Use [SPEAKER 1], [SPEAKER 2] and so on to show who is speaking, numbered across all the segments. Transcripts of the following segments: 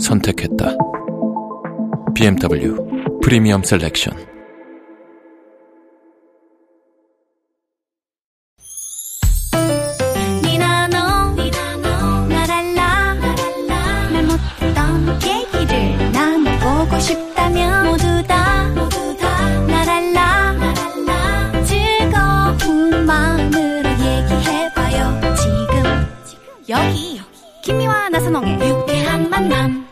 [SPEAKER 1] 선택했다. BMW 프리미엄 셀렉션.
[SPEAKER 2] 니나노 날 알라 말 못했던 얘기를 나눠보고 싶다면 모두 다날 알라 즐거운 마음으로 얘기해봐요 지금 여기 김미와 나선홍의 유쾌한 만남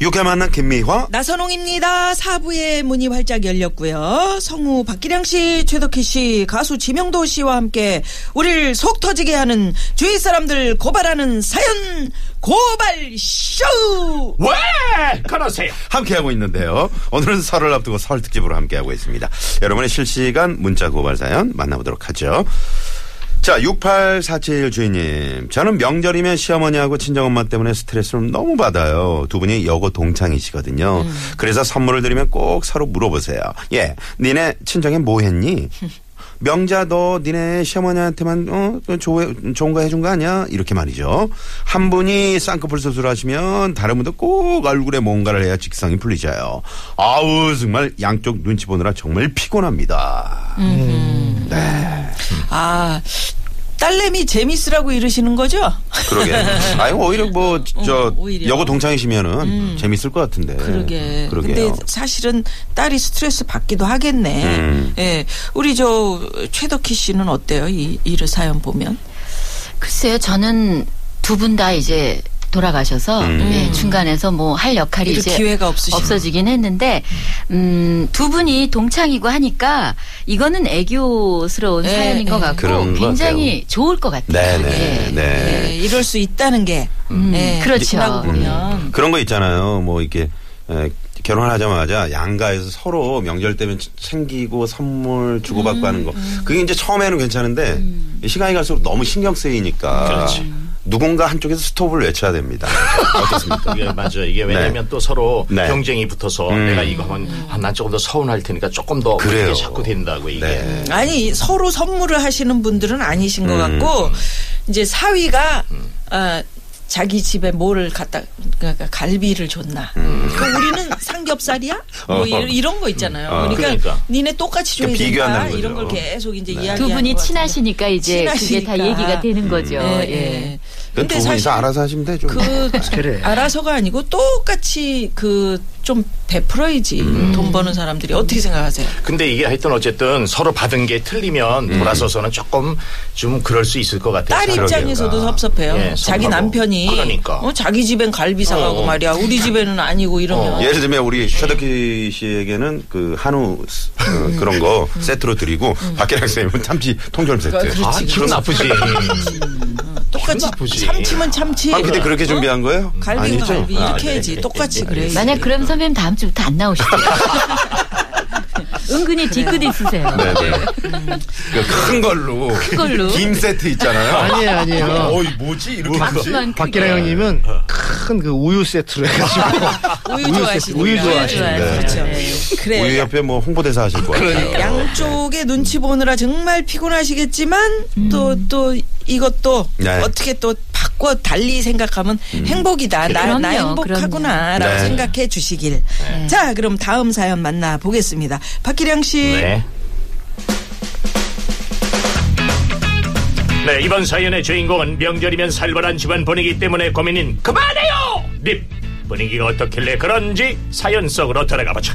[SPEAKER 3] 유쾌 만난 김미화.
[SPEAKER 4] 나선홍입니다. 사부의 문이 활짝 열렸고요. 성우 박기량 씨, 최덕희 씨, 가수 지명도 씨와 함께 우리를 속 터지게 하는 주위 사람들 고발하는 사연 고발 쇼.
[SPEAKER 3] 왜? 그러세요. 함께하고 있는데요. 오늘은 설을 앞두고 설 특집으로 함께하고 있습니다. 여러분의 실시간 문자 고발 사연 만나보도록 하죠. 자, 6847 주인님. 저는 명절이면 시어머니하고 친정엄마 때문에 스트레스를 너무 받아요. 두 분이 여고 동창이시거든요. 그래서 선물을 드리면 꼭 서로 물어보세요. 예. 니네 친정에 뭐 했니? 명자 너 니네 시어머니한테만 어 조, 좋은 거 해준 거 아니야 이렇게 말이죠 한 분이 쌍꺼풀 수술하시면 다른 분도 꼭 얼굴에 뭔가를 해야 직성이 풀리져요 아우 정말 양쪽 눈치 보느라 정말 피곤합니다
[SPEAKER 4] 아 딸내미 재미스라고 이러시는 거죠?
[SPEAKER 3] 그러게 아니 오히려 뭐 저
[SPEAKER 4] 어, 오히려. 음.
[SPEAKER 3] 여고 동창이시면은 재밌을 것 같은데
[SPEAKER 4] 그러게.
[SPEAKER 3] 그러게요
[SPEAKER 4] 근데 사실은 딸이 스트레스 받기도 하겠네.
[SPEAKER 3] 음.
[SPEAKER 4] 예. 우리 저 최덕희 씨는 어때요? 이 이를 사연 보면?
[SPEAKER 5] 글쎄요, 저는 두 분 다 이제 돌아가셔서
[SPEAKER 3] 음.
[SPEAKER 5] 예, 중간에서 뭐 할 역할이
[SPEAKER 4] 이럴
[SPEAKER 5] 이제
[SPEAKER 4] 기회가 없으신
[SPEAKER 5] 지긴 했는데 음, 두 분이 동창이고 하니까 이거는 애교스러운
[SPEAKER 4] 예,
[SPEAKER 5] 사연인
[SPEAKER 4] 예.
[SPEAKER 5] 것 같고
[SPEAKER 3] 그런 것
[SPEAKER 5] 굉장히 좋을 것 같아요.
[SPEAKER 3] 네네
[SPEAKER 5] 예.
[SPEAKER 3] 네.
[SPEAKER 4] 예, 이럴 수 있다는 게
[SPEAKER 5] 음,
[SPEAKER 4] 예,
[SPEAKER 5] 그렇죠.
[SPEAKER 4] 라고 보면
[SPEAKER 3] 그런 거 있잖아요. 뭐 이렇게 에, 결혼하자마자 양가에서 서로 명절 때면 치- 챙기고 선물
[SPEAKER 4] 음,
[SPEAKER 3] 주고받고 하는 거. 그게 이제 처음에는 괜찮은데 시간이 갈수록 너무 신경 쓰이니까 누군가 한쪽에서 스톱을 외쳐야 됩니다. 어떻습니까?
[SPEAKER 6] 이게 예, 맞아. 이게 왜냐면 또 서로
[SPEAKER 3] 네.
[SPEAKER 6] 경쟁이 붙어서
[SPEAKER 3] 음.
[SPEAKER 6] 내가 이거 하면 아, 난 조금 더 서운할 테니까 조금 더
[SPEAKER 3] 그래요.
[SPEAKER 6] 그게 자꾸 된다고 이게.
[SPEAKER 3] 네.
[SPEAKER 4] 아니 서로 선물을 하시는 분들은 아니신 것
[SPEAKER 3] 음.
[SPEAKER 4] 같고 이제 사위가 아, 자기 집에 뭐를 갖다 그러니까 갈비를 줬나. 그 우리는 삼겹살이야? 뭐
[SPEAKER 3] 음. 어.
[SPEAKER 4] 이- 이런 거 있잖아요.
[SPEAKER 3] 어.
[SPEAKER 4] 그러니까,
[SPEAKER 6] 그러니까.
[SPEAKER 4] 니네 똑같이 줘야
[SPEAKER 3] 그러니까
[SPEAKER 4] 된다.
[SPEAKER 3] 비교한다는
[SPEAKER 4] 이런 걸
[SPEAKER 3] 거죠.
[SPEAKER 4] 계속 이제
[SPEAKER 3] 네.
[SPEAKER 4] 이야기.
[SPEAKER 5] 두 분이 친하시니까 이제 그게 다
[SPEAKER 4] 친하시니까.
[SPEAKER 5] 얘기가
[SPEAKER 3] 음.
[SPEAKER 5] 되는 거죠.
[SPEAKER 4] 예,
[SPEAKER 5] 예.
[SPEAKER 4] 예.
[SPEAKER 3] 그건 두 분이서 알아서 하시면 되죠.
[SPEAKER 4] 그 알아서가 아니고 똑같이 그 좀 베풀어야지
[SPEAKER 3] 음.
[SPEAKER 4] 돈 버는 사람들이 어떻게 생각하세요?
[SPEAKER 6] 근데 이게 하여튼 어쨌든 서로 받은 게 틀리면
[SPEAKER 3] 음.
[SPEAKER 6] 돌아서서는 조금 좀 네, 그럴 수 있을 것 같아요.
[SPEAKER 4] 딸
[SPEAKER 6] 사람들과.
[SPEAKER 4] 입장에서도 섭섭해요.
[SPEAKER 6] 예,
[SPEAKER 4] 자기
[SPEAKER 6] 서운하고.
[SPEAKER 4] 남편이
[SPEAKER 6] 그러니까.
[SPEAKER 4] 어, 자기 집엔 갈비 사가고
[SPEAKER 6] 어.
[SPEAKER 4] 말이야. 우리 집에는 아니고 이러면
[SPEAKER 6] 어.
[SPEAKER 3] 예를 들면 우리 최덕희 씨에게는 그 한우 스- 어, 그런 거 세트로 드리고 박계량 선생님은 참치 통조림 세트.
[SPEAKER 4] 그렇지.
[SPEAKER 6] 아, 기분 나쁘지.
[SPEAKER 4] 똑같이
[SPEAKER 6] 기분 나쁘지.
[SPEAKER 4] 참치면 참치.
[SPEAKER 3] 아, 근데 그렇게 준비한 거예요?
[SPEAKER 4] 갈비는
[SPEAKER 3] 아니죠?
[SPEAKER 4] 갈비
[SPEAKER 3] 아,
[SPEAKER 4] 이렇게
[SPEAKER 3] 네.
[SPEAKER 4] 해야지 똑같이 그래.
[SPEAKER 5] 만약 그럼 선배님 다음 주부터 안 나오시죠. 은근히 뒤끝 있으세요.
[SPEAKER 3] 네네. 그 큰 걸로.
[SPEAKER 5] 걸로.
[SPEAKER 3] 김 세트 있잖아요.
[SPEAKER 7] 아니에요, 아니에요.
[SPEAKER 3] 어이, 뭐지? 이렇게. 그
[SPEAKER 5] 박수만 크게.
[SPEAKER 7] 박기량 형님은
[SPEAKER 6] 어.
[SPEAKER 7] 큰 그 우유 세트로 해가지고
[SPEAKER 4] 우유 좋아하시니까.
[SPEAKER 7] 우유 좋아하시는
[SPEAKER 5] 좋아하시니까.
[SPEAKER 4] 그렇죠. 그래.
[SPEAKER 3] 우유 옆에 뭐 홍보대사 하실 거예요.
[SPEAKER 4] 그러니까. 양쪽에 눈치 보느라 정말 피곤하시겠지만 또 또 이것도
[SPEAKER 3] 네.
[SPEAKER 4] 어떻게 또 바꿔 달리 생각하면 행복이다. 나, 나
[SPEAKER 5] 그럼요,
[SPEAKER 4] 행복하구나라고
[SPEAKER 3] 그럼요. 네.
[SPEAKER 4] 생각해 주시길. 자, 그럼 다음 사연 만나 보겠습니다. 박기량 씨.
[SPEAKER 6] 네. 네, 이번 사연의 주인공은 명절이면 살벌한 집안 분위기 때문에 고민인 그만해요! 님! 분위기가 어떻길래 그런지 사연 속으로 들어가보자.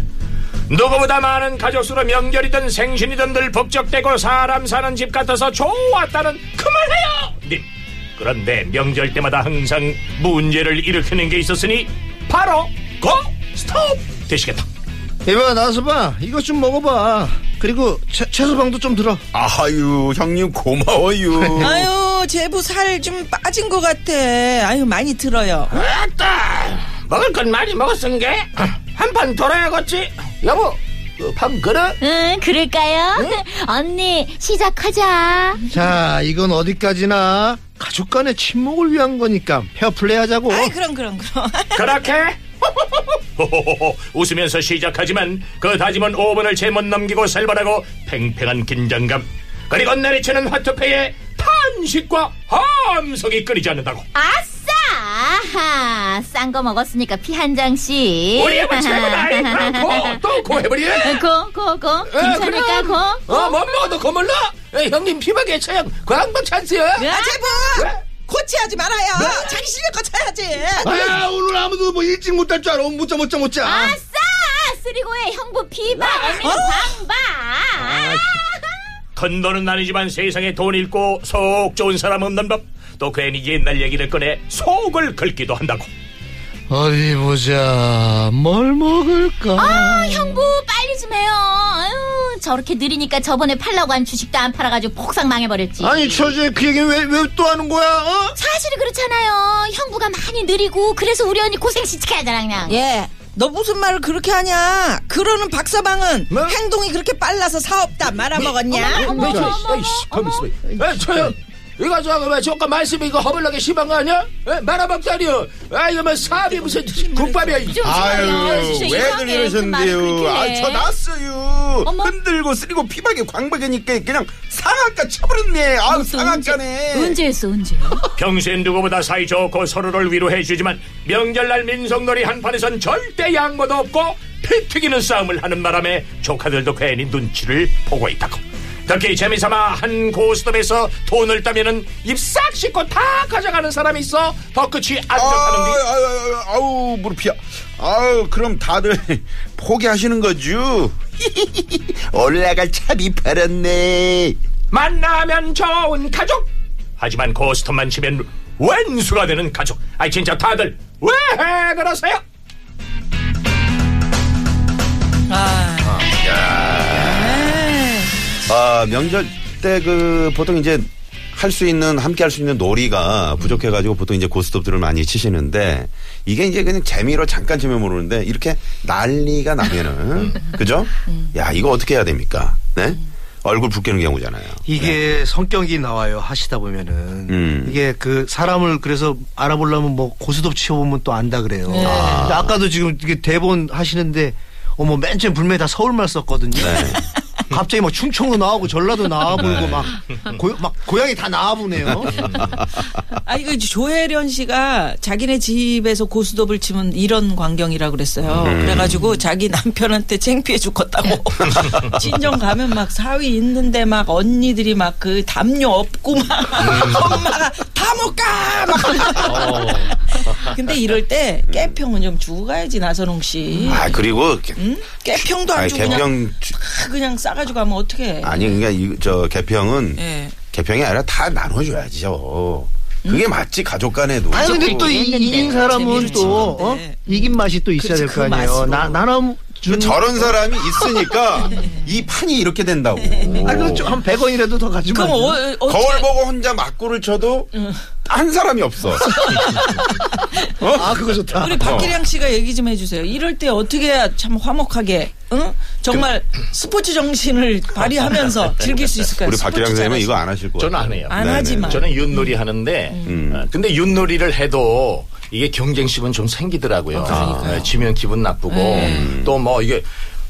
[SPEAKER 6] 누구보다 많은 가족수로 명절이든 생신이든 늘 북적대고 사람 사는 집 같아서 좋았다는 그만해요! 님! 그런데 명절 때마다 항상 문제를 일으키는 게 있었으니 바로 고! 스톱! 되시겠다.
[SPEAKER 7] 이봐 나서봐 이것 좀 먹어봐 그리고 채, 채소방도 좀 들어
[SPEAKER 3] 아유, 형님 고마워요.
[SPEAKER 4] 아유, 제부 살 좀 빠진 것 같아. 아유, 많이 들어요.
[SPEAKER 6] 아따! 먹을 건 많이 먹었은 게 한 판 돌아야겠지. 여보, 그밥 그래?
[SPEAKER 8] 응, 그럴까요?
[SPEAKER 2] 네?
[SPEAKER 8] 언니, 시작하자.
[SPEAKER 7] 자, 이건 어디까지나 가족 간의 친목을 위한 거니까 페어플레이 하자고.
[SPEAKER 4] 아이 그럼 그럼 그럼.
[SPEAKER 6] 그렇게? 호호호호, 웃으면서 시작하지만 그 다짐은 5분을 채 못 넘기고 살벌하고 팽팽한 긴장감 그리고 내리치는 화투패에 탄식과 함성이 끊이지 않는다고
[SPEAKER 8] 아싸! 아하, 싼 거 먹었으니까 피 한 장씩.
[SPEAKER 6] 우리 애만 최고다 이 그럼 고또 고해버리네
[SPEAKER 8] 고, 고,
[SPEAKER 3] 어,
[SPEAKER 8] 고. 괜찮을까, 고?
[SPEAKER 6] 어못 먹어도 고물러 에, 형님 피박에 처형 광복 찬스야
[SPEAKER 4] 아 제보 고치하지 말아요. 자기 실력 거쳐야지.
[SPEAKER 7] 아, 오늘 아무도 뭐 일찍 못 할 줄 알아. 못자, 못자, 못자.
[SPEAKER 8] 아싸! 쓰리고의 형부
[SPEAKER 3] 어?
[SPEAKER 8] 비방, 언니는 방방.
[SPEAKER 6] 건너는 아니지만 세상에 돈 잃고 속 좋은 사람 없는 법 또 괜히 옛날 얘기를 꺼내 속을 긁기도 한다고
[SPEAKER 7] 어디 보자. 뭘 먹을까?
[SPEAKER 8] 아, 형부, 빨리 좀 해요. 아유, 저렇게 느리니까 저번에 팔라고 한 주식도 안 팔아가지고 폭삭 망해버렸지.
[SPEAKER 7] 아니, 처제 그 얘기는 왜, 왜 또 하는 거야? 어?
[SPEAKER 8] 사실이 그렇잖아요. 형부가 많이 느리고, 그래서 우리 언니 고생 시켜야 되나, 그냥.
[SPEAKER 4] 예. 너 무슨 말을 그렇게 하냐? 그러는 박서방은
[SPEAKER 7] 뭐?
[SPEAKER 4] 행동이 그렇게 빨라서 사업 다 말아먹었냐?
[SPEAKER 8] 어머, 어머, 어머, 어머.
[SPEAKER 6] 가만 있어봐. 에, 저, 이거 저, 왜, 저거 말씀이 이거 허벌나게 심한 거 아니야? 에, 말아먹다니요. 아, 이거 뭐, 사업이 무슨 국밥이야. 이.
[SPEAKER 8] 좀
[SPEAKER 3] 아유,
[SPEAKER 8] 참아요.
[SPEAKER 3] 왜들
[SPEAKER 8] 진짜 이상해. 무슨 말을
[SPEAKER 3] 이러셨는데요?
[SPEAKER 8] 그렇게
[SPEAKER 3] 아,
[SPEAKER 8] 해.
[SPEAKER 3] 저 났어요.
[SPEAKER 8] 어머.
[SPEAKER 3] 흔들고 쓰리고 피박에 광박이니까 그냥 상악가 쳐버렸네. 아우, 상악가네.
[SPEAKER 8] 언제였어, 언제?
[SPEAKER 6] 평소엔 누구보다 사이좋고 서로를 위로해주지만, 명절날 민속놀이 한판에선 절대 양보도 없고, 피 튀기는 싸움을 하는 바람에 조카들도 괜히 눈치를 보고 있다고. 특히 재미삼아 한 고스톱에서 돈을 따면은 입 싹 씻고 다 가져가는 사람이 있어 더 끝이 안
[SPEAKER 3] 아유,
[SPEAKER 6] 좋다는 게
[SPEAKER 3] 아유, 아유, 아우, 무릎이야. 아우, 그럼 다들 포기하시는 거죠? 올라갈 차비 팔았네.
[SPEAKER 6] 만나면 좋은 가족. 하지만 고스톱만 치면 왼수가 되는 가족. 아이 진짜 다들 왜 그러세요?
[SPEAKER 3] 아, 명절 때 그 보통 이제 할 수 있는 함께 할 수 있는 놀이가 부족해
[SPEAKER 4] 음.
[SPEAKER 3] 가지고 보통 이제 고스톱들을 많이 치시는데 이게 이제 그냥 재미로 잠깐 치면 모르는데 이렇게 난리가 나면은
[SPEAKER 4] 음.
[SPEAKER 3] 그죠? 야, 이거 어떻게 해야 됩니까? 네? 얼굴 붉게는 경우잖아요.
[SPEAKER 7] 이게 성격이 나와요 하시다 보면은
[SPEAKER 3] 네. 음.
[SPEAKER 7] 이게 그 사람을 그래서 알아보려면 뭐 고스톱 치워보면 또 안다 그래요.
[SPEAKER 4] 네.
[SPEAKER 7] 근데 아까도 지금 이게 대본 하시는데 어머 맨 처음 불매 다 서울말 썼거든요.
[SPEAKER 3] 네.
[SPEAKER 7] 갑자기 뭐 충청도 나오고 전라도 나와보고 막, 고, 막 고향이 다 나와보네요.
[SPEAKER 4] 아 이거 이제 조혜련 씨가 자기네 집에서 고스톱을 치면 이런 광경이라 그랬어요.
[SPEAKER 3] 음.
[SPEAKER 4] 그래가지고 자기 남편한테 창피해 죽겠다고 친정 가면 막 사위 있는데 막 언니들이 막 그 담요 없고 막
[SPEAKER 3] 음.
[SPEAKER 4] 엄마가 다 못가
[SPEAKER 3] 어.
[SPEAKER 4] 막. 근데 이럴 때 깨평은 좀 주고 가야지 나선홍 씨.
[SPEAKER 3] 음. 아, 그리고
[SPEAKER 4] 응? 깨평도 음, 안
[SPEAKER 3] 아니,
[SPEAKER 4] 주고 그냥
[SPEAKER 3] 개평 주-
[SPEAKER 4] 다 그냥 싸가지고 가면 어떡해.
[SPEAKER 3] 아니 그러니까 이- 저 개평은
[SPEAKER 4] 예.
[SPEAKER 3] 개평이 아니라 다 나눠줘야죠. 그게 맞지 가족 간에도.
[SPEAKER 7] 아니 근데 또 이, 긴 사람은
[SPEAKER 4] 재미를
[SPEAKER 7] 또 어?
[SPEAKER 4] 치는데.
[SPEAKER 7] 이긴 맛이 또 있어야 될
[SPEAKER 4] 그치,
[SPEAKER 7] 거
[SPEAKER 4] 그
[SPEAKER 7] 아니에요.
[SPEAKER 4] 맛으로.
[SPEAKER 7] 나 나눠 준.
[SPEAKER 3] 저런 사람이 있으니까 이 판이 이렇게 된다고.
[SPEAKER 7] 아 그렇죠. 한 100원이라도 더 가지고.
[SPEAKER 4] 그럼
[SPEAKER 7] 가죠.
[SPEAKER 4] 어, 어,
[SPEAKER 3] 거울 보고 혼자 막구를 쳐도 한 사람이 없어.
[SPEAKER 4] 뭐,
[SPEAKER 7] 아 그거 좋다.
[SPEAKER 3] 어.
[SPEAKER 4] 우리 박기량 씨가 얘기 좀 해주세요. 이럴 때 어떻게 해야 참 화목하게, 응? 정말 스포츠 정신을 발휘하면서 즐길 수 있을까요?
[SPEAKER 3] 그- 우리 박기량
[SPEAKER 4] 스포츠
[SPEAKER 3] 선생님은
[SPEAKER 4] 잘하시-
[SPEAKER 3] 이거 안 하실 거예요.
[SPEAKER 9] 저는 안 해요.
[SPEAKER 4] 안
[SPEAKER 3] 네네. 음.
[SPEAKER 4] 하지만 음.
[SPEAKER 9] 저는 윷놀이 하는데, 어, 근데 윷놀이를 해도 이게 경쟁심은 좀
[SPEAKER 4] 아,
[SPEAKER 9] 생기더라고요. 네, 지면 기분 나쁘고,
[SPEAKER 4] 음.
[SPEAKER 9] 또 뭐 이게,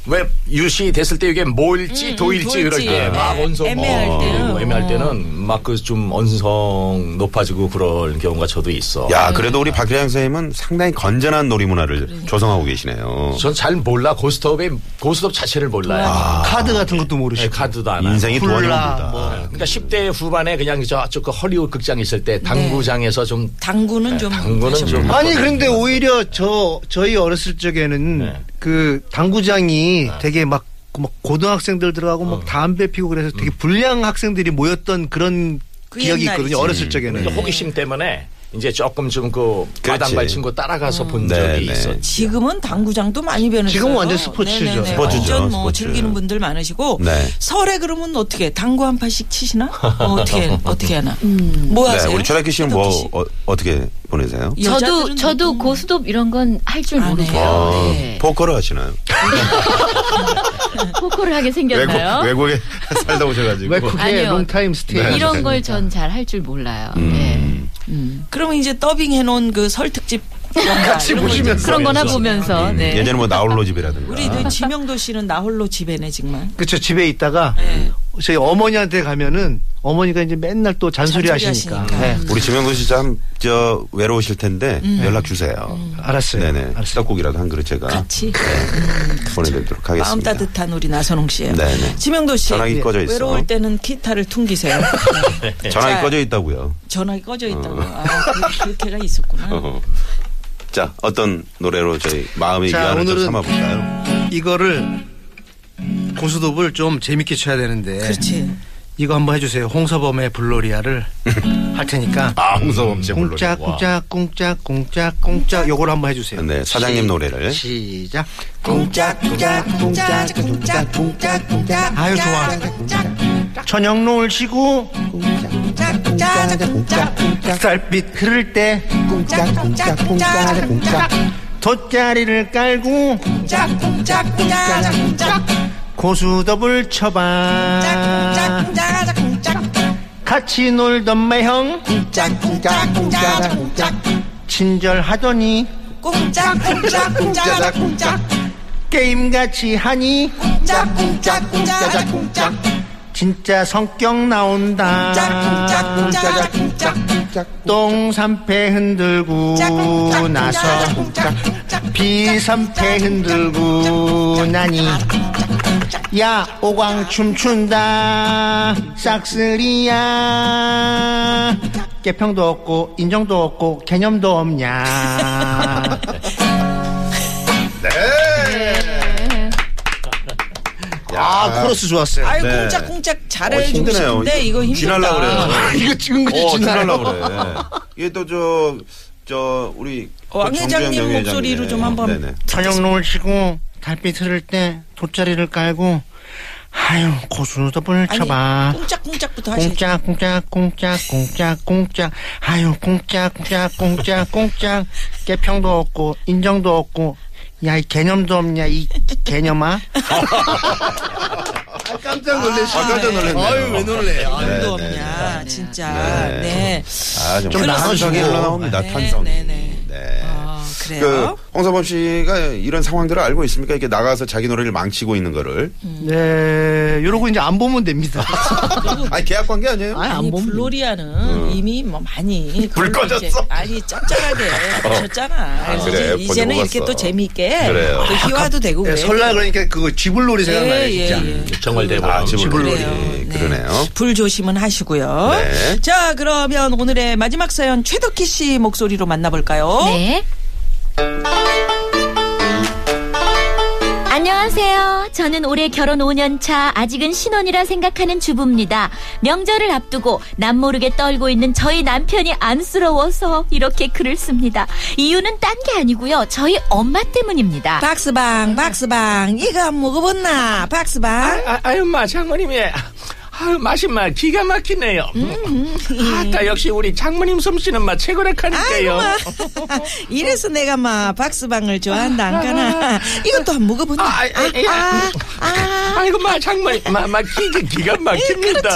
[SPEAKER 9] 왜 유시 됐을 때 이게 뭘지 도일지
[SPEAKER 4] 음, 도일지.
[SPEAKER 9] 그럴 때 막
[SPEAKER 4] 네.
[SPEAKER 9] 언성
[SPEAKER 4] 애매할 때는.
[SPEAKER 9] 어, 애매할 때는 막 그 좀 언성 높아지고 그럴 경우가 저도 있어.
[SPEAKER 3] 야, 그래도 우리 박기량 선생님은 상당히 건전한 놀이 문화를 조성하고 계시네요.
[SPEAKER 9] 전 잘 몰라 고스톱의 고스톱 자체를 몰라요.
[SPEAKER 7] 카드 같은 것도 모르시고.
[SPEAKER 9] 네, 카드도 안 하고.
[SPEAKER 3] 아, 인생이
[SPEAKER 7] 훌라,
[SPEAKER 3] 도안이다. 네.
[SPEAKER 7] 뭐.
[SPEAKER 9] 그러니까 10대 후반에 그냥 저쪽 그 허리우드 극장 있을 때 당구장에서
[SPEAKER 4] 음.
[SPEAKER 9] 좀
[SPEAKER 4] 당구는
[SPEAKER 3] 네,
[SPEAKER 4] 좀
[SPEAKER 9] 당구는 좀
[SPEAKER 7] 아니 그런데 오히려 저 저희 어렸을 적에는
[SPEAKER 3] 네.
[SPEAKER 7] 그 당구장이 되게 막, 막 고등학생들 들어가고 막 담배 피고 그래서
[SPEAKER 3] 음.
[SPEAKER 7] 되게 불량 학생들이 모였던 그런
[SPEAKER 4] 그
[SPEAKER 7] 기억이
[SPEAKER 4] 옛날이지.
[SPEAKER 7] 있거든요. 어렸을
[SPEAKER 9] 그러니까
[SPEAKER 3] 음.
[SPEAKER 7] 적에는.
[SPEAKER 9] 호기심 때문에 이제 조금 좀그
[SPEAKER 3] 네. 그렇지.
[SPEAKER 9] 마당발 친구 따라가서 본
[SPEAKER 3] 네,
[SPEAKER 9] 적이
[SPEAKER 3] 네.
[SPEAKER 9] 있었죠.
[SPEAKER 4] 지금은 당구장도 많이 변했어요.
[SPEAKER 7] 지금은 완전 스포츠죠.
[SPEAKER 4] 네네네.
[SPEAKER 3] 스포츠죠,
[SPEAKER 4] 완전 뭐
[SPEAKER 3] 스포츠.
[SPEAKER 4] 즐기는 분들 많으시고
[SPEAKER 3] 네.
[SPEAKER 4] 설에 그러면 어떻게 당구 한 판씩 치시나? 어, 떻게 어떻게 하나? 뭐
[SPEAKER 3] 네,
[SPEAKER 4] 하세요?
[SPEAKER 3] 우리 최학규 씨는 뭐
[SPEAKER 4] 최덕기 씨?
[SPEAKER 3] 어, 어떻게 보내세요?
[SPEAKER 5] 저도
[SPEAKER 4] 여자들은
[SPEAKER 5] 저도 고스톱 이런 건 할 줄
[SPEAKER 4] 안
[SPEAKER 5] 모르고요.
[SPEAKER 3] 아,
[SPEAKER 5] 네.
[SPEAKER 3] 포커를 하시나요?
[SPEAKER 5] 포커를 하게
[SPEAKER 3] 외국
[SPEAKER 5] 생겼나요?
[SPEAKER 3] 외국에 살다 오셔가지고.
[SPEAKER 7] 외국의
[SPEAKER 5] 아니요.
[SPEAKER 7] 롱타임 스테이.
[SPEAKER 3] 네.
[SPEAKER 5] 이런 걸 전 잘 할 줄 몰라요.
[SPEAKER 3] 음.
[SPEAKER 5] 네. 음.
[SPEAKER 4] 그러면 이제 더빙 해놓은 그 설특집 같이
[SPEAKER 9] 보시면서.
[SPEAKER 5] 그런 거나 보면서
[SPEAKER 3] 음,
[SPEAKER 5] 네.
[SPEAKER 3] 예전에 뭐 나홀로 집이라든가.
[SPEAKER 4] 우리 그 지명도 씨는 나홀로 집에네 정말.
[SPEAKER 7] 그렇죠. 집에 있다가
[SPEAKER 4] 네.
[SPEAKER 7] 저희 어머니한테 가면은 어머니가 이제 맨날 또 잔소리,
[SPEAKER 4] 잔소리
[SPEAKER 7] 하시니까.
[SPEAKER 4] 하시니까.
[SPEAKER 7] 네.
[SPEAKER 3] 우리 지명도 씨참저 외로우실 텐데 연락 주세요.
[SPEAKER 7] 알았어요.
[SPEAKER 3] 네네.
[SPEAKER 7] 알았어요.
[SPEAKER 3] 떡국이라도 한 그릇 제가
[SPEAKER 4] 음. 같이
[SPEAKER 3] 보내드리도록 하겠습니다.
[SPEAKER 4] 아, 네. 마음 따뜻한 우리 나선홍 씨예요.
[SPEAKER 3] 네네.
[SPEAKER 4] 지명도 씨
[SPEAKER 3] 전화기 꺼져 네. 있어.
[SPEAKER 4] 외로울 때는 기타를 퉁기세요.
[SPEAKER 3] 전화기
[SPEAKER 4] 자,
[SPEAKER 3] 꺼져 있다고요.
[SPEAKER 4] 전화기 꺼져 있다고. 아, 그- 그렇게가 있었구나.
[SPEAKER 3] 어. 어허. 자 어떤 노래로 저희 마음의
[SPEAKER 7] 자,
[SPEAKER 3] 위안을 좀
[SPEAKER 7] 오늘은-
[SPEAKER 3] 삼아볼까요?
[SPEAKER 7] 이거를 고스톱을 좀 재밌게 쳐야 되는데.
[SPEAKER 4] 네. 그렇지.
[SPEAKER 3] 네.
[SPEAKER 7] 이거 한번 해주세요. 홍서범의 블로리아를 할 테니까.
[SPEAKER 3] 아 홍서범 씨 물론.
[SPEAKER 7] 꽁짝 꽁짝 꽁짝 꽁짝 꽁짝 요걸 한번 해주세요.
[SPEAKER 3] 네, 사장님
[SPEAKER 7] 시-
[SPEAKER 3] 노래를.
[SPEAKER 7] 시작.
[SPEAKER 4] 짝짝짝짝짝짝짝짝
[SPEAKER 7] 아유, 좋아. 저녁 노을 지고 쌀빛 흐를 때 돗자리를 깔고 고수덥을 쳐봐. 같이 놀던 매형 친절하더니 게임같이 하니 진짜 성격 나온다. 똥삼패 흔들고 나서 비삼패 흔들고 나니 야 오광 춤춘다 싹쓸이야 개평도 없고 인정도 없고 개념도 없냐 아 코러스 좋았어요
[SPEAKER 4] 아유
[SPEAKER 3] 네.
[SPEAKER 4] 꽁짝꽁짝
[SPEAKER 3] 어,
[SPEAKER 4] 잘해주고
[SPEAKER 3] 힘드네요.
[SPEAKER 4] 싶은데 이거 힘들다 아,
[SPEAKER 3] 지날라 그래요.
[SPEAKER 7] 이거 지금 그치
[SPEAKER 3] 어,
[SPEAKER 7] 지나요.
[SPEAKER 3] 지날라 그래. 이게 또저저 우리 그
[SPEAKER 4] 어, 왕 회장님 목소리로 좀 한번
[SPEAKER 3] 네,
[SPEAKER 7] 저녁농을 치고 달빛 흐를 때 돗자리를 깔고 아유 고수톱을
[SPEAKER 4] 아니
[SPEAKER 7] 쳐봐
[SPEAKER 4] 꽁짝꽁짝부터 하시죠
[SPEAKER 7] 공짝 공짝 공짝 공짝 공짝 아유 공짝 공짝 공짝 공짝 개평도 없고 인정도 없고 야 이 개념도 없냐 이 개념아
[SPEAKER 3] 깜짝 놀랐어. 아, 깜짝 놀랐네요.
[SPEAKER 7] 놀래
[SPEAKER 4] 돈도 없냐 네. 진짜
[SPEAKER 3] 네.
[SPEAKER 4] 네.
[SPEAKER 3] 아, 정말
[SPEAKER 7] 좀 나눠주고.
[SPEAKER 3] 탄성이 흘러나옵니다.
[SPEAKER 4] 네,
[SPEAKER 3] 탄성이.
[SPEAKER 4] 네, 네.
[SPEAKER 3] 네.
[SPEAKER 4] 어,
[SPEAKER 3] 그
[SPEAKER 4] 그래요
[SPEAKER 3] 홍서범 씨가 이런 상황들을 알고 있습니까? 이렇게 나가서 자기 노래를 망치고 있는 거를.
[SPEAKER 7] 음. 네 이러고 이제 안 보면 됩니다
[SPEAKER 3] 아니 계약 관계 아니에요? 어.
[SPEAKER 7] 아니
[SPEAKER 4] 아니
[SPEAKER 7] 안 보면
[SPEAKER 4] 블로리아는 이미 뭐 많이
[SPEAKER 3] 불
[SPEAKER 4] 그걸로
[SPEAKER 3] 꺼졌어? 어.
[SPEAKER 4] 이제 아니 짭짤하게 하셨잖아.
[SPEAKER 3] 아, 그래.
[SPEAKER 4] 이제 이제는
[SPEAKER 3] 번쩍
[SPEAKER 4] 이렇게
[SPEAKER 3] 먹었어.
[SPEAKER 4] 또 재미있게
[SPEAKER 3] 그래요.
[SPEAKER 4] 또 희화도 되고
[SPEAKER 7] 예,
[SPEAKER 4] 왜
[SPEAKER 7] 설날 그러니까 그거 지불놀이 생각나요 진짜
[SPEAKER 9] 정말 대박.
[SPEAKER 3] 아, 지불놀이.
[SPEAKER 4] 예. 그래요. 네.
[SPEAKER 3] 그러네요.
[SPEAKER 4] 불 조심은 하시고요.
[SPEAKER 3] 네.
[SPEAKER 4] 자, 그러면 오늘의 마지막 사연 최덕희 씨 목소리로 만나볼까요?
[SPEAKER 5] 네.
[SPEAKER 8] 안녕하세요. 저는 올해 결혼 5년 차 아직은 신혼이라 생각하는 주부입니다. 명절을 앞두고 남모르게 떨고 있는 저희 남편이 안쓰러워서 이렇게 글을 씁니다. 이유는 딴 게 아니고요. 저희 엄마 때문입니다.
[SPEAKER 4] 박스방, 박스방, 이거 안 먹어봤나? 박스방.
[SPEAKER 6] 아, 유마 장모님이 아유 맛이 막 기가 막히네요.
[SPEAKER 4] 음.
[SPEAKER 6] 아따 역시 우리 장모님 솜씨는 막 최고라카니까요.
[SPEAKER 4] 이래서 내가 막 박스방을 좋아한다, 안 가나? 이것도 안 먹어봤나?
[SPEAKER 6] 아, 아, 아, 아이고 마 장모님 막막 기가 기가
[SPEAKER 4] 음,
[SPEAKER 6] 막힙니다.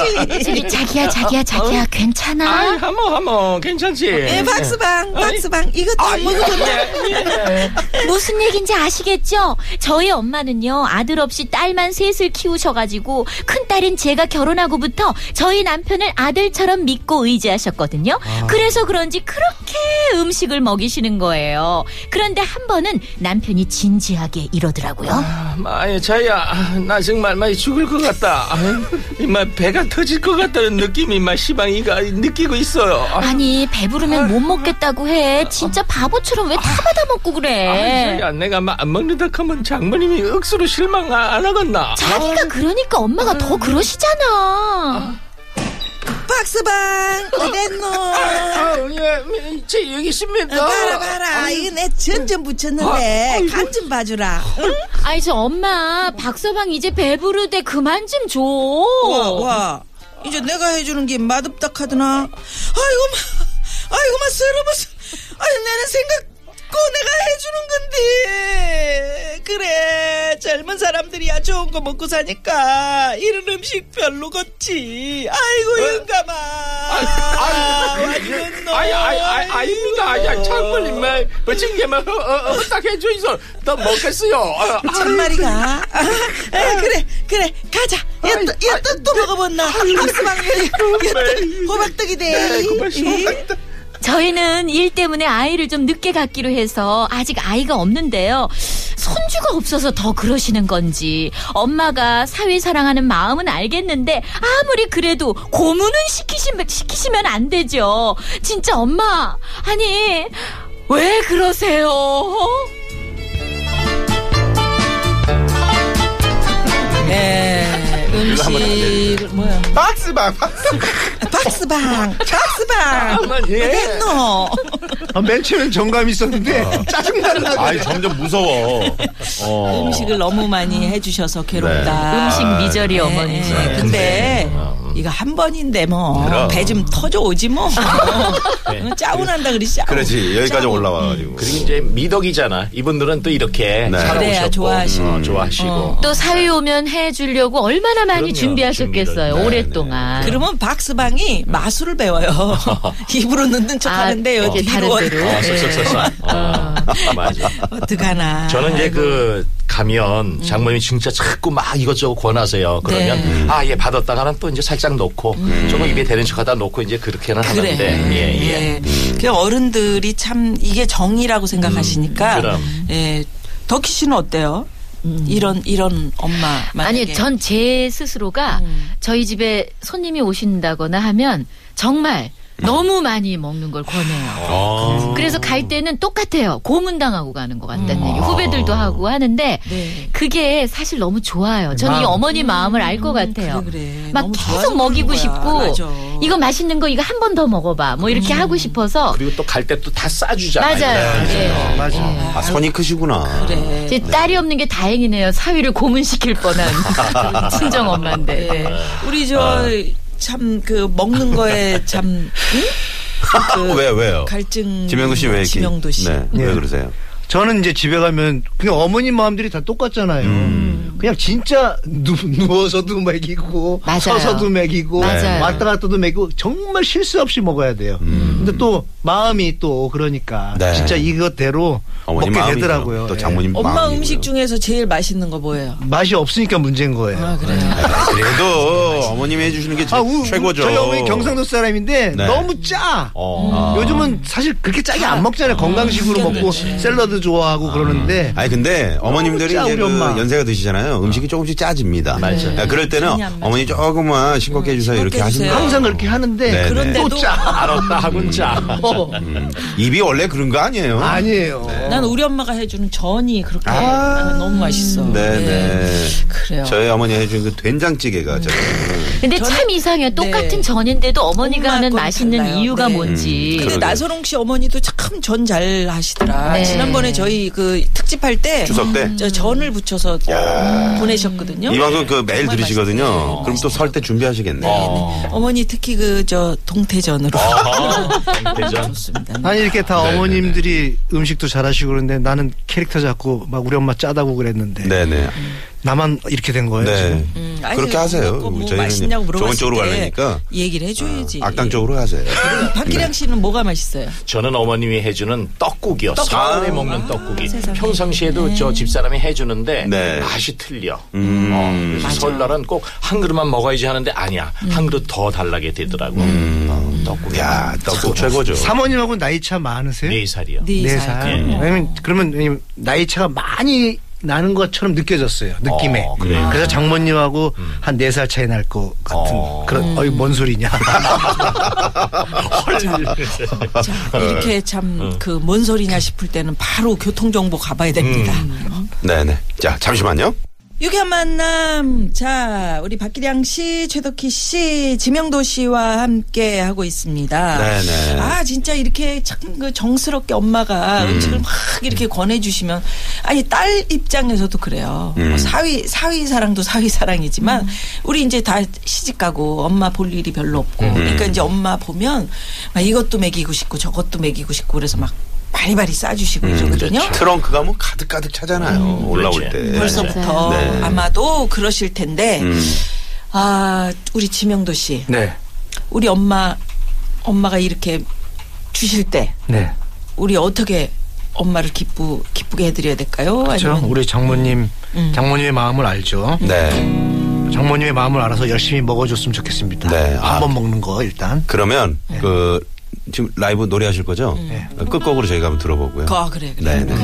[SPEAKER 8] 저기 자기야 자기야 자기야 괜찮아?
[SPEAKER 6] 아이 하모 하모 괜찮지? 아, 예,
[SPEAKER 4] 예, 박스방, 박스방, 이것도 안 먹어봤나?
[SPEAKER 8] 무슨 얘기인지 아시겠죠? 저희 엄마는요, 아들 없이 딸만 셋을 키우셔가지고, 큰딸인 제가 결혼하고부터 저희 남편을 아들처럼 믿고 의지하셨거든요. 그래서 그런지 그렇게 음식을 먹이시는 거예요. 그런데 한 번은 남편이 진지하게 이러더라고요.
[SPEAKER 6] 마이 자야 나 정말 많이 죽을 것 같다. 이마 배가 터질 것 같다는 느낌이 마 시방이가 느끼고 있어요. 아유,
[SPEAKER 8] 아니, 배부르면 못 먹겠다고 해. 진짜 바보처럼 왜 다 받아먹고
[SPEAKER 7] 네.
[SPEAKER 6] 아이,
[SPEAKER 8] 그래.
[SPEAKER 6] 자야, 내가 막 안 먹는다 하면 장모님이 억수로 실망 안 하겠나?
[SPEAKER 8] 자기가 그러니까 엄마가 더 그러시잖아.
[SPEAKER 4] 박스방 어딨노?
[SPEAKER 6] 아,
[SPEAKER 9] 예, 제 여기 있습니다.
[SPEAKER 7] 아,
[SPEAKER 4] 봐라 봐라 이거 내 전전 붙였는데 간 좀 봐주라
[SPEAKER 8] 아이 저 엄마 박서방 이제 배부르대 그만 좀 줘.
[SPEAKER 4] 와, 와. 이제 내가 해주는 게 맛없다 카드나. 아이고, 마, 아이고, 마, 쓰러버스. 아니, 나는 생각고 내가 해주는 건데. 그래, 젊은 사람들이야 좋은 거 먹고 사니까. 이런 음식 별로겠지. 아이고, 윤감아. 완전 너.
[SPEAKER 9] 어? 아이, 아이, 아이, 아닙니다. 아이, 장모님, 버친게만
[SPEAKER 6] 어,
[SPEAKER 9] 허딱해 주이소. 나 먹겠어요. 아, 아,
[SPEAKER 4] 참말이가. 그 아, 그래, 그래, 가자. 얘 또, 얘또또 먹어봤나? 박스방, 얘또 호박떡이
[SPEAKER 8] 네,
[SPEAKER 4] 돼.
[SPEAKER 6] 그
[SPEAKER 8] 저희는 일 때문에 아이를 좀 늦게 갖기로 해서 아직 아이가 없는데요. 손주가 없어서 더 그러시는 건지 엄마가 사회 사랑하는 마음은 알겠는데 아무리 그래도 고문은 시키시면 시키시면 안 되죠. 진짜 엄마 아니 왜 그러세요?
[SPEAKER 4] 예. 음식 뭐야?
[SPEAKER 3] 박스방, 박스방.
[SPEAKER 4] 박스방,
[SPEAKER 8] 뭐,
[SPEAKER 4] 박스방.
[SPEAKER 9] 아, 예.
[SPEAKER 4] 너.
[SPEAKER 7] 아, 맨 처음엔 정감이 있었는데
[SPEAKER 6] 아.
[SPEAKER 7] 짜증나려고.
[SPEAKER 3] 아이, 점점 무서워. 어.
[SPEAKER 4] 음식을 너무 많이 해주셔서 괴롭다.
[SPEAKER 8] 네.
[SPEAKER 3] 음식
[SPEAKER 9] 아,
[SPEAKER 4] 예,
[SPEAKER 9] 네.
[SPEAKER 8] 미저리 어머니.
[SPEAKER 4] 예, 근데 이거 한 번인데 뭐
[SPEAKER 3] 그럼.
[SPEAKER 4] 배 좀 터져 오지 뭐. 짜고 난다 그러시죠.
[SPEAKER 3] 그렇지, 여기까지 올라와가지고.
[SPEAKER 9] 그리고 이제 미덕이잖아. 이분들은 또 이렇게
[SPEAKER 3] 네.
[SPEAKER 9] 살아오셨고
[SPEAKER 4] 그래야 좋아하시고.
[SPEAKER 9] 어, 좋아하시고.
[SPEAKER 8] 또 사회 오면 해주려고 얼마나 많이
[SPEAKER 9] 그럼요, 준비를.
[SPEAKER 8] 준비하셨겠어요
[SPEAKER 9] 네,
[SPEAKER 8] 오랫동안.
[SPEAKER 4] 그러면 박스방이 마술을 배워요. 입으로 넣는 척
[SPEAKER 8] 아,
[SPEAKER 4] 하는데 여기
[SPEAKER 8] 이렇게
[SPEAKER 4] 뒤로
[SPEAKER 8] 다른 데로.
[SPEAKER 9] 아, 쏙쏙쏙쏙. 아, 맞아.
[SPEAKER 4] 어떡하나.
[SPEAKER 9] 저는 이제 그 가면 장모님이 진짜 자꾸 막 이것저것 권하세요. 그러면 아 예 받았다가는 또 이제 살짝 놓고 조금 입에 대는 척하다 놓고 이제 그렇게는
[SPEAKER 4] 그래. 네.
[SPEAKER 9] 하는데 예, 예.
[SPEAKER 4] 그냥 어른들이 참 이게 정의라고
[SPEAKER 3] 음,
[SPEAKER 4] 생각하시니까.
[SPEAKER 9] 그럼.
[SPEAKER 4] 예. 덕희 씨는 어때요? 이런 이런 엄마 만약에.
[SPEAKER 8] 음.
[SPEAKER 4] 음.
[SPEAKER 8] 아니 전 제 스스로가 저희 집에 손님이 오신다거나 하면 정말
[SPEAKER 9] 음.
[SPEAKER 8] 너무 많이 먹는 걸 권해요.
[SPEAKER 3] 아.
[SPEAKER 8] 그래서 갈 때는 똑같아요. 고문당하고 가는 것 같다는 얘기. 후배들도
[SPEAKER 9] 아.
[SPEAKER 8] 하고 하는데
[SPEAKER 4] 음. 네.
[SPEAKER 8] 그게 사실 너무 좋아요. 저는 이 어머니 마음을 알 것 같아요.
[SPEAKER 4] 그래, 그래.
[SPEAKER 8] 막
[SPEAKER 4] 너무 좋아서
[SPEAKER 8] 계속 먹이고
[SPEAKER 4] 그러는
[SPEAKER 8] 싶고
[SPEAKER 4] 거야. 맞아. 음.
[SPEAKER 8] 이거 맛있는 거 이거 한 번 더 먹어봐. 뭐 이렇게 하고 싶어서
[SPEAKER 9] 그리고 또 갈 때 또 어, 다 싸주잖아요.
[SPEAKER 8] 맞아요. 예.
[SPEAKER 7] 맞아.
[SPEAKER 3] 아, 손이 크시구나.
[SPEAKER 4] 그래.
[SPEAKER 8] 제 딸이 없는 게 다행이네요. 사위를 고문시킬 뻔한 친정 엄마인데.
[SPEAKER 4] 예. 우리
[SPEAKER 3] 아.
[SPEAKER 4] 저 참 그 먹는 거에 참 응? 그
[SPEAKER 3] 어, 왜, 왜요?
[SPEAKER 4] 갈증
[SPEAKER 3] 지명도 씨 왜 이렇게?
[SPEAKER 4] 지명도 씨.
[SPEAKER 3] 네.
[SPEAKER 7] 네.
[SPEAKER 3] 왜 그러세요?
[SPEAKER 7] 저는 이제 집에 가면 그냥 어머님 마음들이 다 똑같잖아요.
[SPEAKER 3] 음.
[SPEAKER 7] 그냥 진짜 누, 누워서도 먹이고
[SPEAKER 8] 맞아요.
[SPEAKER 7] 서서도 먹이고
[SPEAKER 8] 맞아요.
[SPEAKER 7] 왔다 갔다도 먹이고 정말 실수 없이 먹어야 돼요. 근데 또 마음이 또 그러니까
[SPEAKER 3] 음. 네.
[SPEAKER 7] 진짜 이것대로
[SPEAKER 3] 어머니
[SPEAKER 7] 먹게
[SPEAKER 3] 마음이
[SPEAKER 7] 되더라고요.
[SPEAKER 3] 또
[SPEAKER 7] 예.
[SPEAKER 3] 장모님
[SPEAKER 4] 네. 엄마
[SPEAKER 3] 마음이고요. 네.
[SPEAKER 4] 음식 중에서 제일 맛있는 거 뭐예요?
[SPEAKER 7] 맛이 없으니까 문제인 거예요.
[SPEAKER 4] 아, 그래요.
[SPEAKER 3] 그래도 어머님이 해주시는 게 제-
[SPEAKER 7] 아, 우-
[SPEAKER 3] 최고죠.
[SPEAKER 7] 저희 어머니 경상도 사람인데
[SPEAKER 3] 네.
[SPEAKER 7] 너무 짜.
[SPEAKER 3] 어. 아.
[SPEAKER 7] 요즘은 사실 그렇게 짜게 안 먹잖아요. 건강식으로 먹고 샐러드 좋아하고 그러는데
[SPEAKER 3] 아니 근데 어머님들이
[SPEAKER 7] 짜,
[SPEAKER 3] 이제
[SPEAKER 7] 우리
[SPEAKER 3] 그
[SPEAKER 7] 엄마.
[SPEAKER 3] 연세가 드시잖아요. 음식이 조금씩 짜집니다.
[SPEAKER 9] 맞아요.
[SPEAKER 3] 네, 그럴 때는
[SPEAKER 4] 안 맞아요.
[SPEAKER 3] 어머니 조금만 싱겁게 해주세요. 이렇게
[SPEAKER 4] 싱겁게 해주세요.
[SPEAKER 3] 하시면
[SPEAKER 7] 항상 그렇게 하는데
[SPEAKER 3] 네,
[SPEAKER 4] 그런데도
[SPEAKER 7] 또 짜.
[SPEAKER 9] 알았다 하군 자.
[SPEAKER 7] 어.
[SPEAKER 3] 음, 입이 원래 그런 거 아니에요?
[SPEAKER 7] 아니에요.
[SPEAKER 3] 네.
[SPEAKER 4] 난 우리 엄마가 해주는 전이 그렇게 아, 너무 맛있어. 예.
[SPEAKER 3] 네네.
[SPEAKER 4] 그래요.
[SPEAKER 3] 저희 어머니 해준 그 된장찌개가 저는
[SPEAKER 4] 음.
[SPEAKER 8] 근데 참 이상해요. 똑같은 전인데도 어머니가
[SPEAKER 4] 엄마
[SPEAKER 8] 하는
[SPEAKER 4] 건
[SPEAKER 8] 맛있는
[SPEAKER 4] 달라요.
[SPEAKER 8] 이유가
[SPEAKER 4] 네.
[SPEAKER 8] 뭔지.
[SPEAKER 4] 근데
[SPEAKER 3] 그러게요.
[SPEAKER 4] 나선홍 씨 어머니도 참 전 잘 하시더라.
[SPEAKER 8] 네.
[SPEAKER 4] 지난번에 저희 그 특집할 때
[SPEAKER 3] 추석 때.
[SPEAKER 4] 저 전을 붙여서 보내셨거든요. 네.
[SPEAKER 3] 이 방송 그 매일
[SPEAKER 4] 정말
[SPEAKER 3] 들으시거든요.
[SPEAKER 4] 맛있어요.
[SPEAKER 3] 그럼 또 설 때 준비하시겠네요.
[SPEAKER 4] 어머니 특히 그 저 동태전으로
[SPEAKER 3] 아.
[SPEAKER 9] 되죠.
[SPEAKER 4] 좋습니다. 네.
[SPEAKER 7] 아니 이렇게 다 어머님들이 음식도 잘하시고 그런데 나는 캐릭터 잡고 막 우리 엄마 짜다고 그랬는데
[SPEAKER 3] 네네.
[SPEAKER 7] 나만 이렇게 된 거예요.
[SPEAKER 3] 네.
[SPEAKER 7] 지금.
[SPEAKER 4] 음, 아니,
[SPEAKER 3] 그렇게 하세요.
[SPEAKER 4] 그거 뭐
[SPEAKER 3] 저희는
[SPEAKER 4] 맛있냐고 물어봤을
[SPEAKER 3] 좋은 쪽으로
[SPEAKER 4] 때
[SPEAKER 3] 가려니까. 아,
[SPEAKER 4] 얘기를 해줘야지. 그
[SPEAKER 3] 악당 쪽으로 네. 하세요.
[SPEAKER 4] 박기량 씨는 뭐가 맛있어요?
[SPEAKER 9] 저는 어머님이 해주는 떡국이요.
[SPEAKER 4] 떡국.
[SPEAKER 9] 사흘에
[SPEAKER 3] 아,
[SPEAKER 9] 먹는 떡국이.
[SPEAKER 4] 세상에.
[SPEAKER 9] 평상시에도 저 집사람이 해주는데
[SPEAKER 3] 네.
[SPEAKER 9] 맛이 틀려.
[SPEAKER 3] 음.
[SPEAKER 9] 어, 그래서 설날은 꼭 한 그릇만 먹어야지 하는데 아니야. 한 그릇 더 달라게 되더라고. 어, 떡국이.
[SPEAKER 3] 음. 야, 떡국 최고죠.
[SPEAKER 6] 그렇죠.
[SPEAKER 7] 사모님하고 나이 차 많으세요?
[SPEAKER 9] 네 살이요.
[SPEAKER 7] 네
[SPEAKER 4] 네살
[SPEAKER 7] 살.
[SPEAKER 9] 그럼요.
[SPEAKER 7] 왜냐면 그러면 왜냐면 나이 차가 많이 나는 것처럼 느껴졌어요. 느낌에.
[SPEAKER 9] 어,
[SPEAKER 7] 그래.
[SPEAKER 9] 그래요?
[SPEAKER 7] 서 장모님하고 한 네 살 차이 날 것 같은
[SPEAKER 9] 어.
[SPEAKER 7] 그런 어이 뭔 소리냐.
[SPEAKER 4] 이렇게 참
[SPEAKER 3] 음.
[SPEAKER 4] 그 뭔
[SPEAKER 3] 음.
[SPEAKER 4] 소리냐 싶을 때는 바로 교통정보 가봐야 됩니다.
[SPEAKER 3] 네네. 자, 네, 잠시만요.
[SPEAKER 4] 유쾌한 만남. 자, 우리 박기량 씨, 최덕희 씨, 지명도 씨와 함께 하고 있습니다.
[SPEAKER 3] 네네.
[SPEAKER 4] 아, 진짜 이렇게 참 그 정스럽게 엄마가 음식을 막 이렇게 권해주시면, 아니, 딸 입장에서도 그래요.
[SPEAKER 3] 음.
[SPEAKER 4] 뭐 사위, 사위 사랑도 사위 사랑이지만, 우리 이제 다 시집가고 엄마 볼 일이 별로 없고,
[SPEAKER 3] 음.
[SPEAKER 4] 그러니까 이제 엄마 보면 막 이것도 먹이고 싶고 저것도 먹이고 싶고 그래서 막 바리바리 싸주시고
[SPEAKER 3] 음,
[SPEAKER 4] 이러거든요.
[SPEAKER 3] 트렁크가 뭐 가득가득 차잖아요. 올라올
[SPEAKER 9] 그렇지.
[SPEAKER 3] 때.
[SPEAKER 4] 음. 그렇죠. 벌써부터
[SPEAKER 3] 네. 음.
[SPEAKER 4] 아마도 그러실 텐데 아 우리 지명도 씨
[SPEAKER 7] 네.
[SPEAKER 4] 우리 엄마 엄마가 이렇게 주실 때
[SPEAKER 7] 네.
[SPEAKER 4] 우리 어떻게 엄마를 기쁘 기쁘게 해드려야 될까요?
[SPEAKER 7] 그렇죠.
[SPEAKER 4] 아니면
[SPEAKER 7] 우리 장모님, 장모님의 마음을 알죠.
[SPEAKER 3] 네.
[SPEAKER 7] 장모님의 마음을 알아서 열심히 먹어줬으면 좋겠습니다.
[SPEAKER 3] 네. 아.
[SPEAKER 7] 한번 먹는 거 일단.
[SPEAKER 3] 그러면
[SPEAKER 4] 네.
[SPEAKER 3] 그 지금 라이브 노래하실 거죠?
[SPEAKER 4] 음.
[SPEAKER 3] 네. 끝곡으로 저희가 한번 들어보고요.
[SPEAKER 4] 아, 그래, 그래.
[SPEAKER 3] 네네.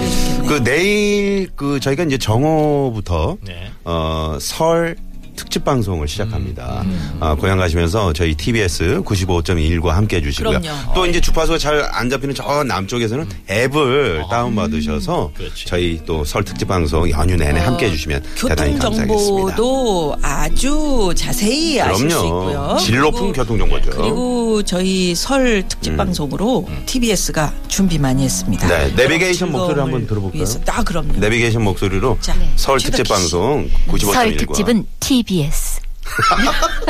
[SPEAKER 3] 그 내일 그 저희가 이제 정오부터 어, 설 특집 방송을 시작합니다.
[SPEAKER 4] 음.
[SPEAKER 3] 아, 고향 가시면서 저희 TBS 95.1과 함께 해주시고요.
[SPEAKER 4] 그럼요.
[SPEAKER 3] 또 이제 주파수가 잘 안 잡히는 저 남쪽에서는 앱을 다운 받으셔서 저희 또 설 특집 방송 연휴 내내 함께 해주시면 대단히
[SPEAKER 4] 어. 교통
[SPEAKER 3] 감사하겠습니다.
[SPEAKER 4] 정보도 아주 자세히 아실 수 있고요.
[SPEAKER 3] 그럼요. 질 높은
[SPEAKER 4] 그리고-
[SPEAKER 3] 교통 정보죠.
[SPEAKER 4] 그리고 저희 설 특집 방송으로 TBS가 준비 많이 했습니다.
[SPEAKER 3] 음. 네, 내비게이션
[SPEAKER 4] 즐거움을
[SPEAKER 3] 목소리를 한번 들어볼까요? 네.
[SPEAKER 4] 위해서. 아, 그럼요.
[SPEAKER 3] 내비게이션 목소리로
[SPEAKER 4] 자,
[SPEAKER 3] 서울
[SPEAKER 4] 최덕희
[SPEAKER 3] 특집
[SPEAKER 4] 씨.
[SPEAKER 3] 방송 95.1과
[SPEAKER 8] 설 특집은 TBS.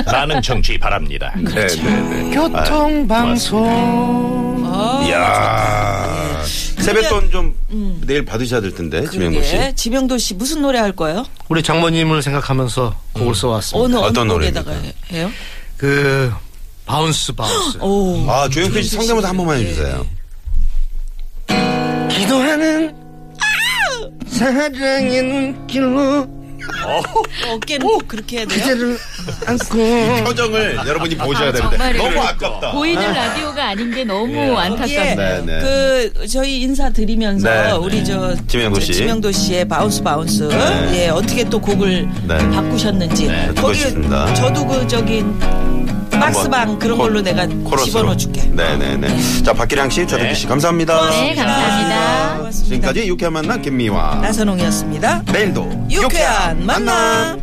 [SPEAKER 6] 많은 청취 바랍니다.
[SPEAKER 3] 네, 네, 네.
[SPEAKER 7] 교통방송.
[SPEAKER 4] 어,
[SPEAKER 3] 이야. 세뱃돈 좀 내일 받으셔야 될 텐데 지명도 씨.
[SPEAKER 4] 네. 그러게. 지명도 씨 무슨 노래 할 거예요?
[SPEAKER 7] 우리 장모님을 생각하면서 곡을 써왔습니다.
[SPEAKER 4] 어느
[SPEAKER 3] 어떤
[SPEAKER 4] 어떤 노래에다가
[SPEAKER 3] 노래입니까?
[SPEAKER 4] 해요?
[SPEAKER 7] 그, 바운스, 바운스.
[SPEAKER 4] 오.
[SPEAKER 3] 아 조영필 씨 성대모사 한 번만 해주세요.
[SPEAKER 7] 기도하는 사랑의 눈길로
[SPEAKER 4] 어깨는 그렇게 해야 돼요?
[SPEAKER 7] 그대를
[SPEAKER 4] 음.
[SPEAKER 7] 안고
[SPEAKER 3] 표정을 여러분이 보셔야 되는데 너무 아깝다.
[SPEAKER 8] 보이는 라디오가 아닌 게 너무
[SPEAKER 4] 예.
[SPEAKER 8] 안타깝네요.
[SPEAKER 3] 네, 네.
[SPEAKER 4] 그 저희 인사 드리면서
[SPEAKER 3] 네, 네.
[SPEAKER 4] 우리 저
[SPEAKER 3] 지명도 씨.
[SPEAKER 4] 지명도 씨의 바운스 바운스
[SPEAKER 3] 네.
[SPEAKER 4] 예 어떻게 또 곡을
[SPEAKER 3] 네.
[SPEAKER 4] 바꾸셨는지
[SPEAKER 3] 네, 듣고 싶습니다.
[SPEAKER 4] 저도 그 저기 박스방 그런
[SPEAKER 3] 코-
[SPEAKER 4] 걸로 내가
[SPEAKER 3] 코러스로.
[SPEAKER 4] 집어넣어 줄게.
[SPEAKER 3] 네네네. 자 박기량 씨, 조덕기 씨 감사합니다.
[SPEAKER 8] 네, 감사합니다.
[SPEAKER 4] 고맙습니다.
[SPEAKER 3] 지금까지 유쾌한 만남 김미화.
[SPEAKER 4] 나선홍이었습니다.
[SPEAKER 3] 내일도
[SPEAKER 4] 유쾌한 만남.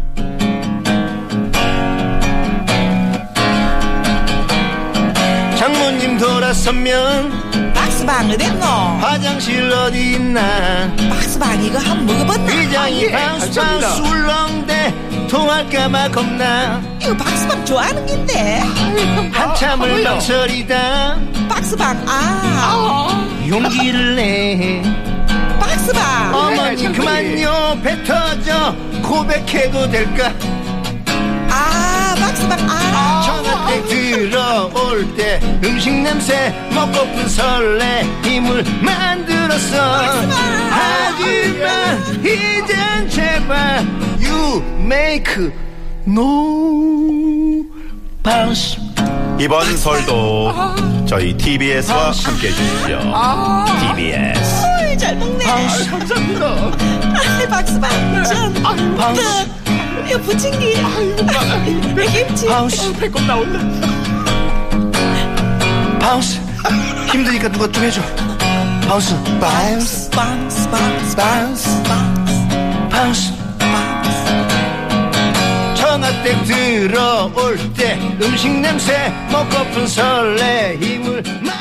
[SPEAKER 7] 장모님 돌아서면
[SPEAKER 4] 박스방 어디 있노?
[SPEAKER 3] 아,
[SPEAKER 7] 화장실 어디 있나
[SPEAKER 4] 아, 박스방 이거 한번 먹어봤나?
[SPEAKER 3] 예,
[SPEAKER 4] 아,
[SPEAKER 7] 이장이 방수 방수 울렁대 통할까봐 겁나
[SPEAKER 4] 이거 박스방 좋아하는 긴데
[SPEAKER 7] 한참을 망설이다
[SPEAKER 4] 박스방 아
[SPEAKER 7] 용기를 내
[SPEAKER 4] 박스방
[SPEAKER 7] 어머니 그만요 배 터져 고백해도 될까
[SPEAKER 4] 아 박스방 아
[SPEAKER 7] 전화 때 들어올 때 음식 냄새 먹고픈 설레 힘을 만들었어 하지만 이젠 제발 You make no bounce
[SPEAKER 3] 이번 설도 저희 TBS와 함께 해주십시오.
[SPEAKER 4] 아.
[SPEAKER 3] TBS.
[SPEAKER 4] 꿀잘 먹네
[SPEAKER 7] 감사합니다
[SPEAKER 4] 아, 박스방 전 떡, 이거 부침기 아, 김치
[SPEAKER 7] 바운스 어, 배꼽 나온다 바운스 힘드니까 누가 좀 해줘 바운스 바운스
[SPEAKER 4] 박스 박스
[SPEAKER 7] 바운스
[SPEAKER 4] 박스
[SPEAKER 7] 바운스
[SPEAKER 4] 박스
[SPEAKER 7] 전화 때 들어올 때 음식 냄새 먹고픈 설레 힘을 막